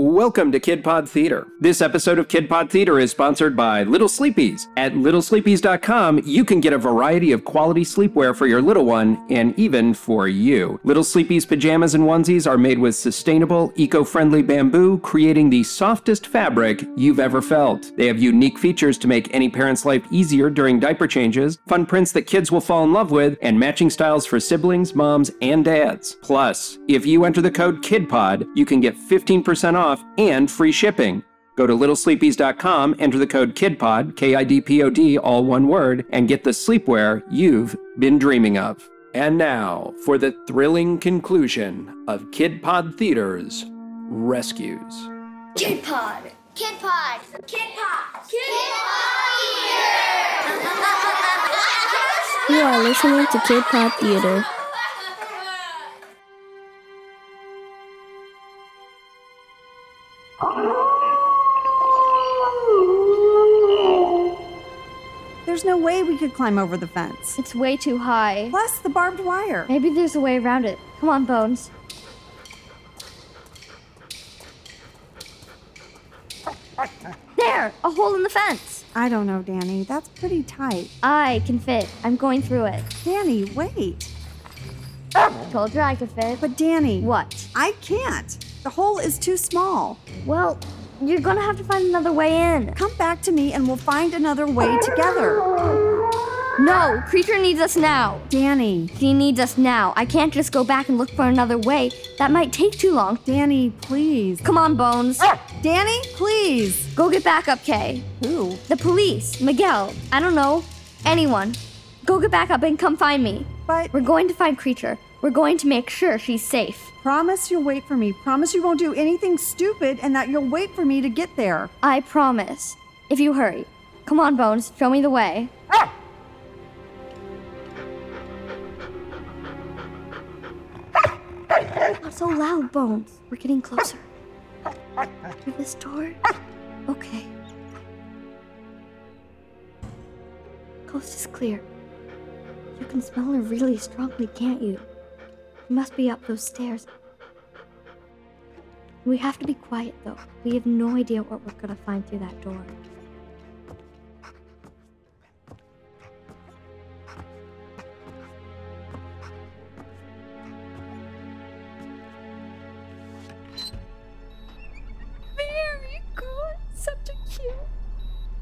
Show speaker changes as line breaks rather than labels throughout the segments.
Welcome to Kid Pod Theater. This episode of Kid Pod Theater is sponsored by Little Sleepies. At littlesleepies.com, you can get a variety of quality sleepwear for your little one and even for you. Little Sleepies pajamas and onesies are made with sustainable, eco friendly bamboo, creating the softest fabric you've ever felt. They have unique features to make any parent's life easier during diaper changes, fun prints that kids will fall in love with, and matching styles for siblings, moms, and dads. Plus, if you enter the code KIDPOD, you can get 15% off and free shipping. Go to littlesleepies.com, enter the code KIDPOD, K I D P O D, all one word, and get the sleepwear you've been dreaming of. And now for the thrilling conclusion of Kid Pod Theater's Rescues.
Kid Pod. Kid Pod. Kid Pod. Kid,
You are listening to Kid Pod Theater.
There's no way we could climb over the fence.
It's way too high.
Plus the barbed wire.
Maybe there's a way around it. Come on, Bones. There! A hole in the fence!
I don't know, Danny. That's pretty tight.
I can fit. I'm going through it.
Danny, wait.
Told you I could fit.
But Danny.
What?
I can't. The hole is too small.
Well, you're gonna have to find another way in.
Come back to me and we'll find another way together.
No! Creature needs us now!
Danny.
He needs us now. I can't just go back and look for another way. That might take too long.
Danny, please.
Come on, Bones.
Danny, please.
Go get backup, Kay.
Who?
The police, Miguel, I don't know, anyone. Go get back up and come find me.
But
We're going to find Creature. We're going to make sure she's safe.
promise you'll wait for me. Promise you won't do anything stupid and that you'll wait for me to get there.
I promise. If you hurry. Come on, Bones, show me the way. Not so loud, Bones. We're getting closer. Through this door? Okay. Coast is clear. You can smell her really strongly, can't you? She must be up those stairs. We have to be quiet, though. We have no idea what we're gonna find through that door.
Very good. Such a cute.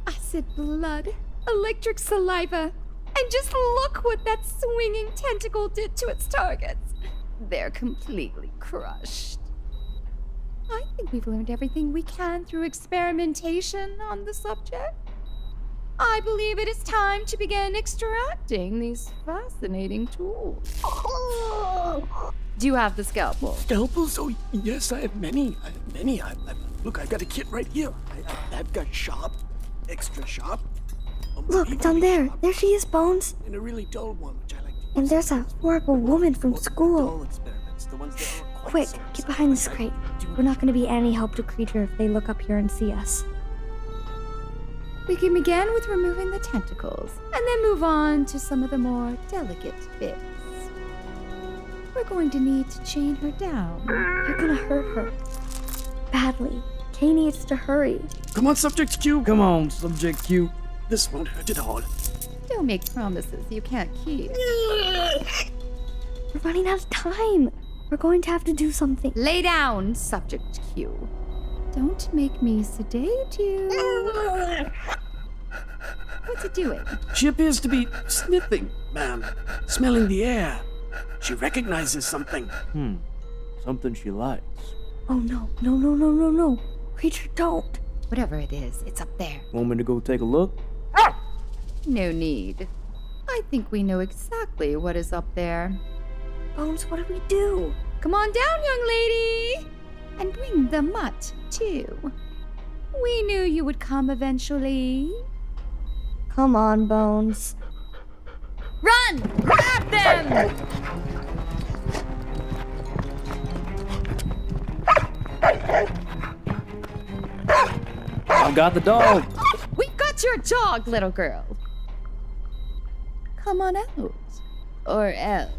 Acid blood, electric saliva, and just look what that swinging tentacle did to its targets. They're completely crushed. I think we've learned everything we can through experimentation on the subject. I believe it is time to begin extracting these fascinating tools. Do you have the scalpel?
Scalpels? Oh, yes, I have many. I have many. I, I, look, I've got a kit right here. I, I, I've got sharp, extra sharp. a
Look,
really
down there.
sharp,
There she is, Bones.
And a really dull one, which I like to
And there's a horrible woman from
use.
school.
Dull experiments, the ones that aren't quite
Quick,
so
get
exciting.
behind this
I
crate.
do
We're not gonna be any help to Creature if they look up here and see us.
We can begin with removing the tentacles and then move on to some of the more delicate bits. We're going to need to chain her down.
You're gonna hurt her. Badly. Kay needs to hurry.
Come on, Subject Q.
Come on, Subject Q.
This won't hurt at all.
Don't make promises you can't keep.
We're running out of time. We're going to have to do something.
Lay down, subject Q. Don't make me sedate you. What's it doing?
She appears to be sniffing, ma'am, smelling the air. She recognizes something.
Hmm. Something she likes.
Oh no, no, no, no, no, no. Creature, don't.
Whatever it is, it's up there.
Want me to go take a look?
No need. I think we know exactly what is up there.
Bones, what do we do?
Come on down, young lady! And bring the mutt, too. We knew you would come eventually.
Come on, Bones.
Run! Grab them!
I got the dog.
We've got your dog, little girl. Come on out. Or else.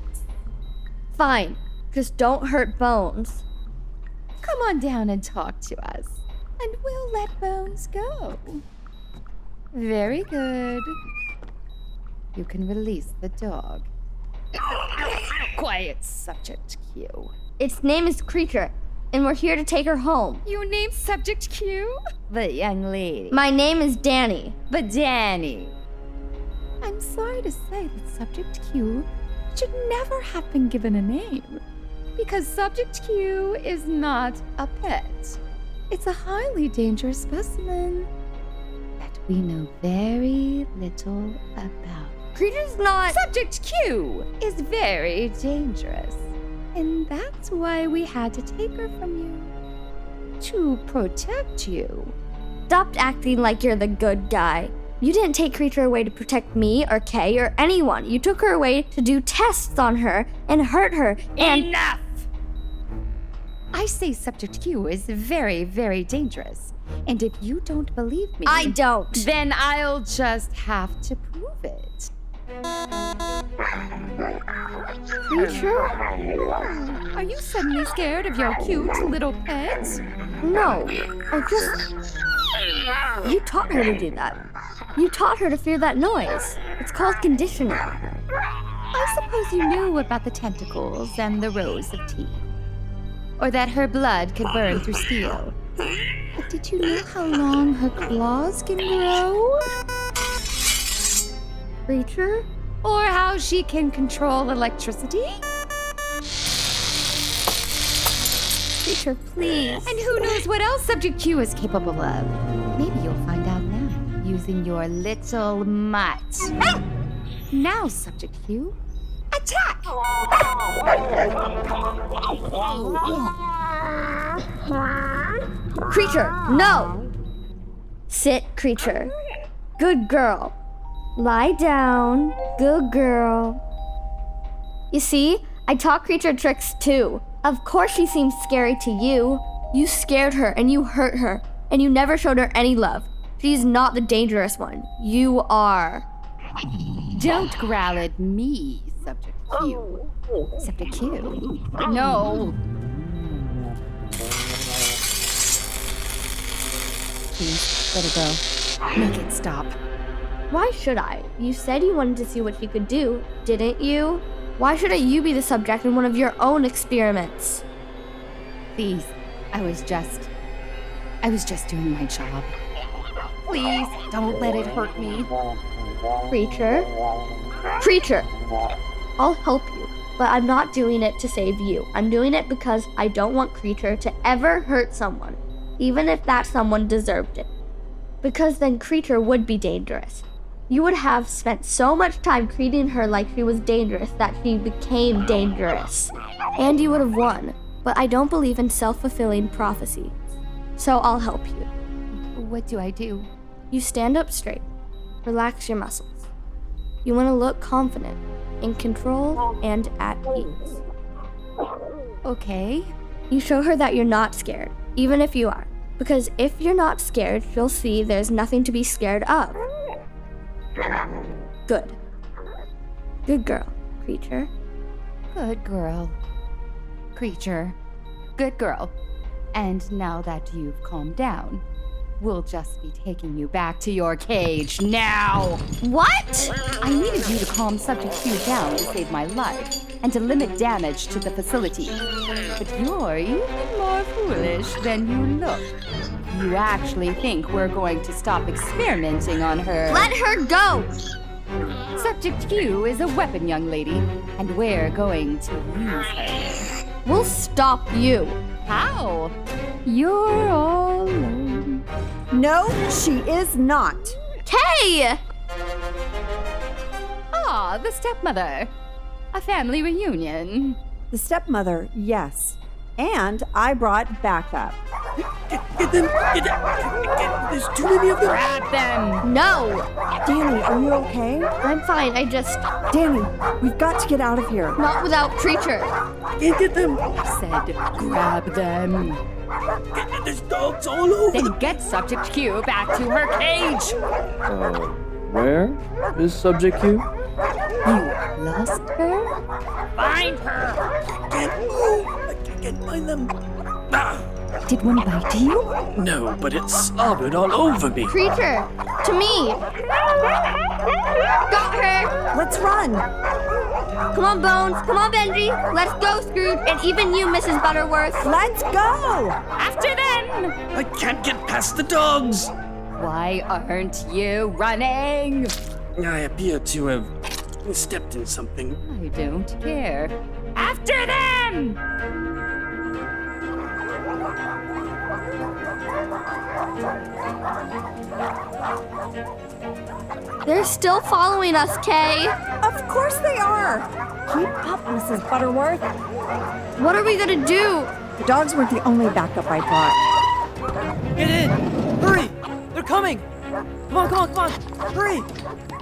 Fine. Just don't hurt Bones.
Come Come on down and talk to us, and we'll let Bones go. Very good. You can release the dog. Quiet, Subject Q.
Its name is Creature, and we're here to take her home.
You name Subject Q? The young lady.
My name is Danny.
But Danny. I'm sorry to say that Subject Q should never have been given a name. Because Subject Q is not a pet. It's a highly dangerous specimen that we know very little about.
Creature's not.
Subject Q is very dangerous. And that's why we had to take her from you. To protect you.
Stop acting like you're the good guy. You didn't take Creature away to protect me or Kay or anyone. You took her away to do tests on her and hurt her and.
Enough! I say Subject Q is very, very dangerous. And if you don't believe me,
I don't.
Then I'll just have to prove it. Creature? Are you suddenly scared of your cute little pet?
No. I just. You taught her to do that. You taught her to fear that noise. It's called conditioning.
I suppose you knew about the tentacles and the rows of teeth. Or that her blood could burn through steel. But did you know how long her claws can grow?
Creature?
Or how she can control electricity?
Creature, please.
And who knows what else Subject Q is capable of? Maybe you'll find out now using your little mutt. now, Subject Q, attack!
Creature, no! Sit, creature. Good girl. Lie down. Good girl. You see, I taught creature tricks too. Of course she seems scary to you. You scared her and you hurt her, and you never showed her any love. She's not the dangerous one. You are.
Don't growl at me, Subject Q. Subject Q? No. Please, let it go. Make it stop.
Why should I? You said you wanted to see what she could do, didn't you? Why shouldn't you be the subject in one of your own experiments?
Please, I was just. I was just doing my job. Please, don't let it hurt me.
Creature. Creature! I'll help you, but I'm not doing it to save you. I'm doing it because I don't want Creature to ever hurt someone, even if that someone deserved it. Because then Creature would be dangerous. You would have spent so much time treating her like she was dangerous that she became dangerous. And you would have won, but I don't believe in self fulfilling prophecy. So I'll help you.
What do I do?
You stand up straight, relax your muscles. You want to look confident, in control, and at ease.
Okay.
You show her that you're not scared, even if you are. Because if you're not scared, you'll see there's nothing to be scared of. Good. Good girl, creature.
Good girl. Creature. Good girl. And now that you've calmed down, we'll just be taking you back to your cage now.
What?
I needed you to calm Subject Q down to save my life and to limit damage to the facility. But you're even more foolish than you look. You actually think we're going to stop experimenting on her.
Let her go!
Subject Q is a weapon, young lady, and we're going to use her.
We'll stop you.
How? You're all alone.
No, she is not.
Kay!
Ah, the stepmother. A family reunion.
The stepmother, yes. And I brought backup.
Get them! Get them! Get, get, there's too many of them!
Grab them!
No!
Danny, are you okay?
I'm fine, I just.
Danny, we've got to get out of here.
Not without creature.
Can't get them!
Said, grab them.
Get- There's dogs all over!
Then get Subject Q back to her cage!
Uh, where is Subject Q?
You lost her?
Can't move! I can't find them! Ah!
Did one bite you?
No, but it slobbered all over me.
Creature! To me! Got her!
Let's run.
Come on, Bones! Come on, Benji! Let's go, Scrooge! And even you, Mrs. Butterworth!
Let's go.
After them!
I can't get past the dogs.
Why aren't you running?
I appear to have stepped in something.
I don't care.
After them!
They're still following us, Kay!
Of course they are. Keep up, Mrs. Butterworth.
What are we gonna do?
The dogs weren't the only backup I brought.
Get in! Hurry! They're coming! Come on, come on, come on! Hurry!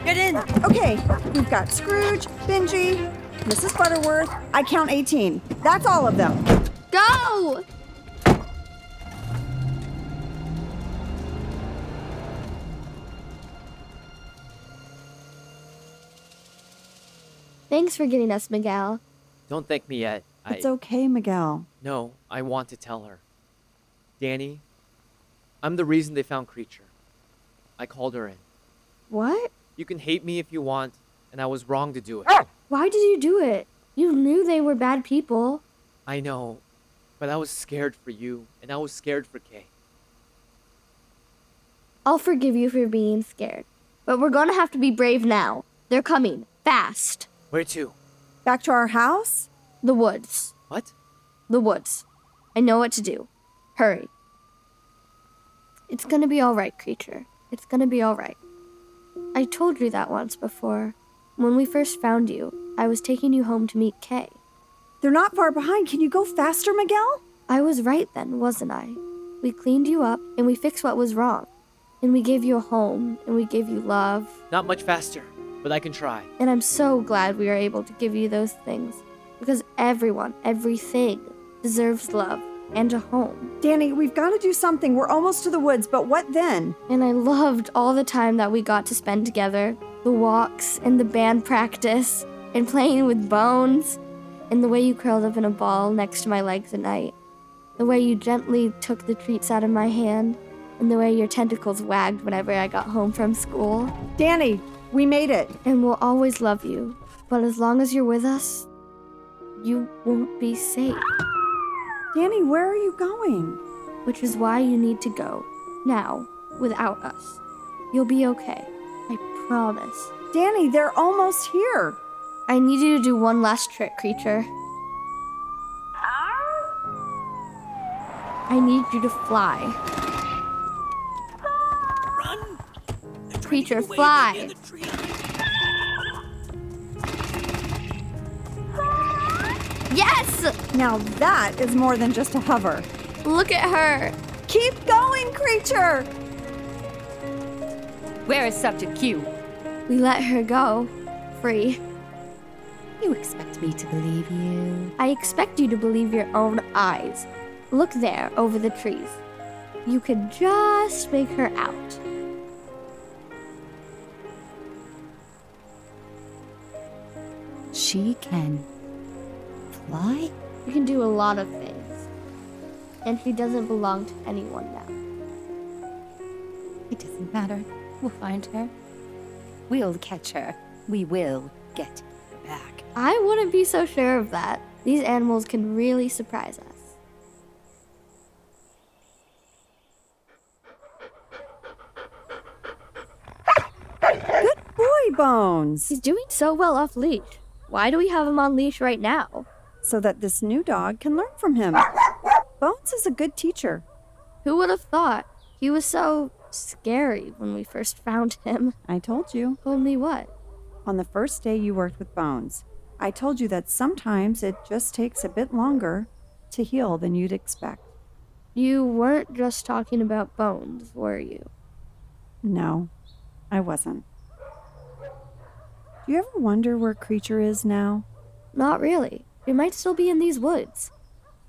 Get in!
Okay, we've got Scrooge, Benji, Mrs. Butterworth. I count 18. That's all of them.
Go! Thanks for getting us, Miguel.
Don't thank me yet. I
It's okay, Miguel.
no, I want to tell her. Danny, I'm the reason they found Creature. I called her in.
What?
You can hate me if you want, and I was wrong to do it.
Why did you do it? You knew they were bad people.
I know, but I was scared for you, and I was scared for Kay.
I'll forgive you for being scared. But we're gonna have to be brave now. They're coming. Fast.
Where to?
Back to our house?
The woods.
What?
The woods. I know what to do. Hurry. It's gonna be alright, creature. It's gonna be alright. I told you that once before. When we first found you, I was taking you home to meet Kay.
They're not far behind. Can you go faster, Miguel?
I was right then, wasn't I? We cleaned you up and we fixed what was wrong. And we gave you a home and we gave you love.
Not much faster, but I can try.
And I'm so glad we are able to give you those things. Because everyone, everything, deserves love and a home.
Danny, we've got to do something. We're almost to the woods, but what then?
And I loved all the time that we got to spend together the walks and the band practice and playing with bones and the way you curled up in a ball next to my legs at night. The way you gently took the treats out of my hand and the way your tentacles wagged whenever I got home from school.
Danny, we made it.
and we'll always love you. But as long as you're with us, you won't be safe,
Danny, where are you going?
which is why you need to go now without us. You'll be okay. I promise.
Danny, they're almost here.
I need you to do one last trick, creature. I need you to fly. Creature, fly. Yes!
Now that is more than just a hover.
Look at her.
Keep going, creature.
Where is Subject Q?
We let her go. Free.
You expect me to believe you?
I expect you to believe your own eyes. Look there, over the trees. You could just make her out.
She can fly?
You can do a lot of things. And she doesn't belong to anyone now.
It doesn't matter. We'll find her. We'll catch her. We will get her back.
I wouldn't be so sure of that. These animals can really surprise us.
Boy bones.
He's doing so well off leash. Why do we have him on leash right now?
So that this new dog can learn from him. Bones is a good teacher.
Who would have thought? He was so scary when we first found him.
I told you.
Only what?
On the first day you worked with Bones, I told you that sometimes it just takes a bit longer to heal than you'd expect.
You weren't just talking about bones, were you?
No, I wasn't. Do you ever wonder where Creature is now?
Not really. She might still be in these woods.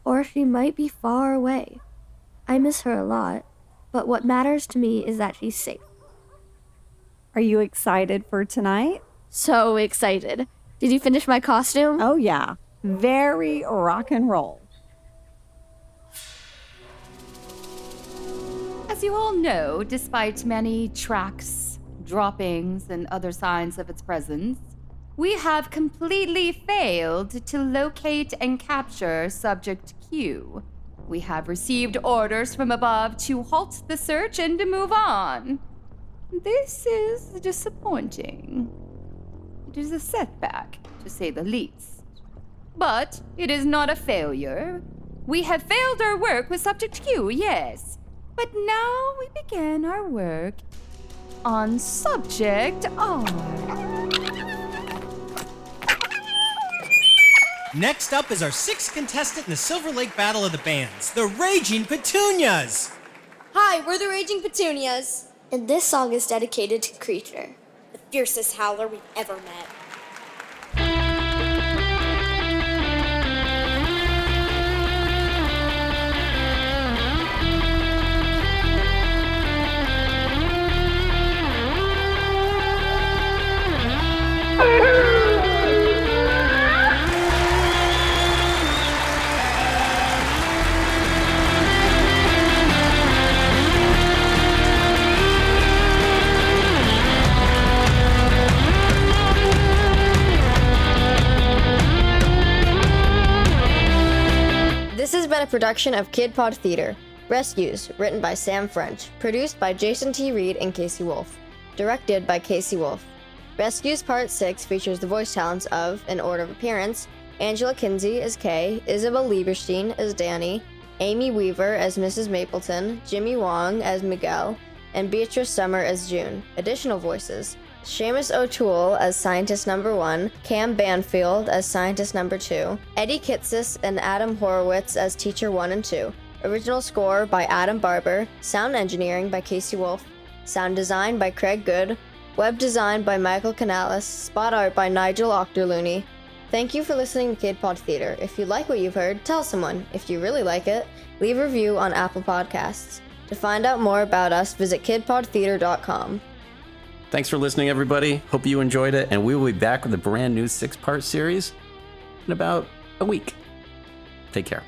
Or she might be far away. I miss her a lot, but what matters to me is that she's safe.
Are you excited for tonight?
So excited. Did you finish my costume?
Oh, yeah. Very rock and roll.
As you all know, despite many tracks, droppings, and other signs of its presence, we have completely failed to locate and capture Subject Q. We have received orders from above to halt the search and to move on. This is disappointing. It is a setback, to say the least. But it is not a failure. We have failed our work with Subject Q, yes. But now we begin our work on Subject R.
Next up is our sixth contestant in the Silver Lake Battle of the Bands, the Raging Petunias.
Hi, we're the Raging Petunias.
And this song is dedicated to Creature.
The fiercest howler we've ever met.
This has been a production of Kid Pod Theater. Rescues, written by Sam French, produced by Jason T. Reed and Casey Wolf, directed by Casey Wolf. Rescues Part 6 features the voice talents of, in order of appearance, Angela Kinsey as Kay, Isabel Lieberstein as Danny, Amy Weaver as Mrs. Mapleton, Jimmy Wong as Miguel, and Beatrice Summer as June. Additional voices Seamus O'Toole as scientist number one, Cam Banfield as scientist number two, Eddie Kitsis and Adam Horowitz as teacher one and two. Original score by Adam Barber, sound engineering by Casey Wolf, sound design by Craig Good, web design by Michael Canales, spot art by Nigel Octorlooney. Thank you for listening to Kid Pod Theater. If you like what you've heard, tell someone. If you really like it, leave a review on Apple Podcasts. To find out more about us, visit kidpodtheater.com.
Thanks for listening, everybody. Hope you enjoyed it, and we will be back with a brand new six part series in about a week. Take care.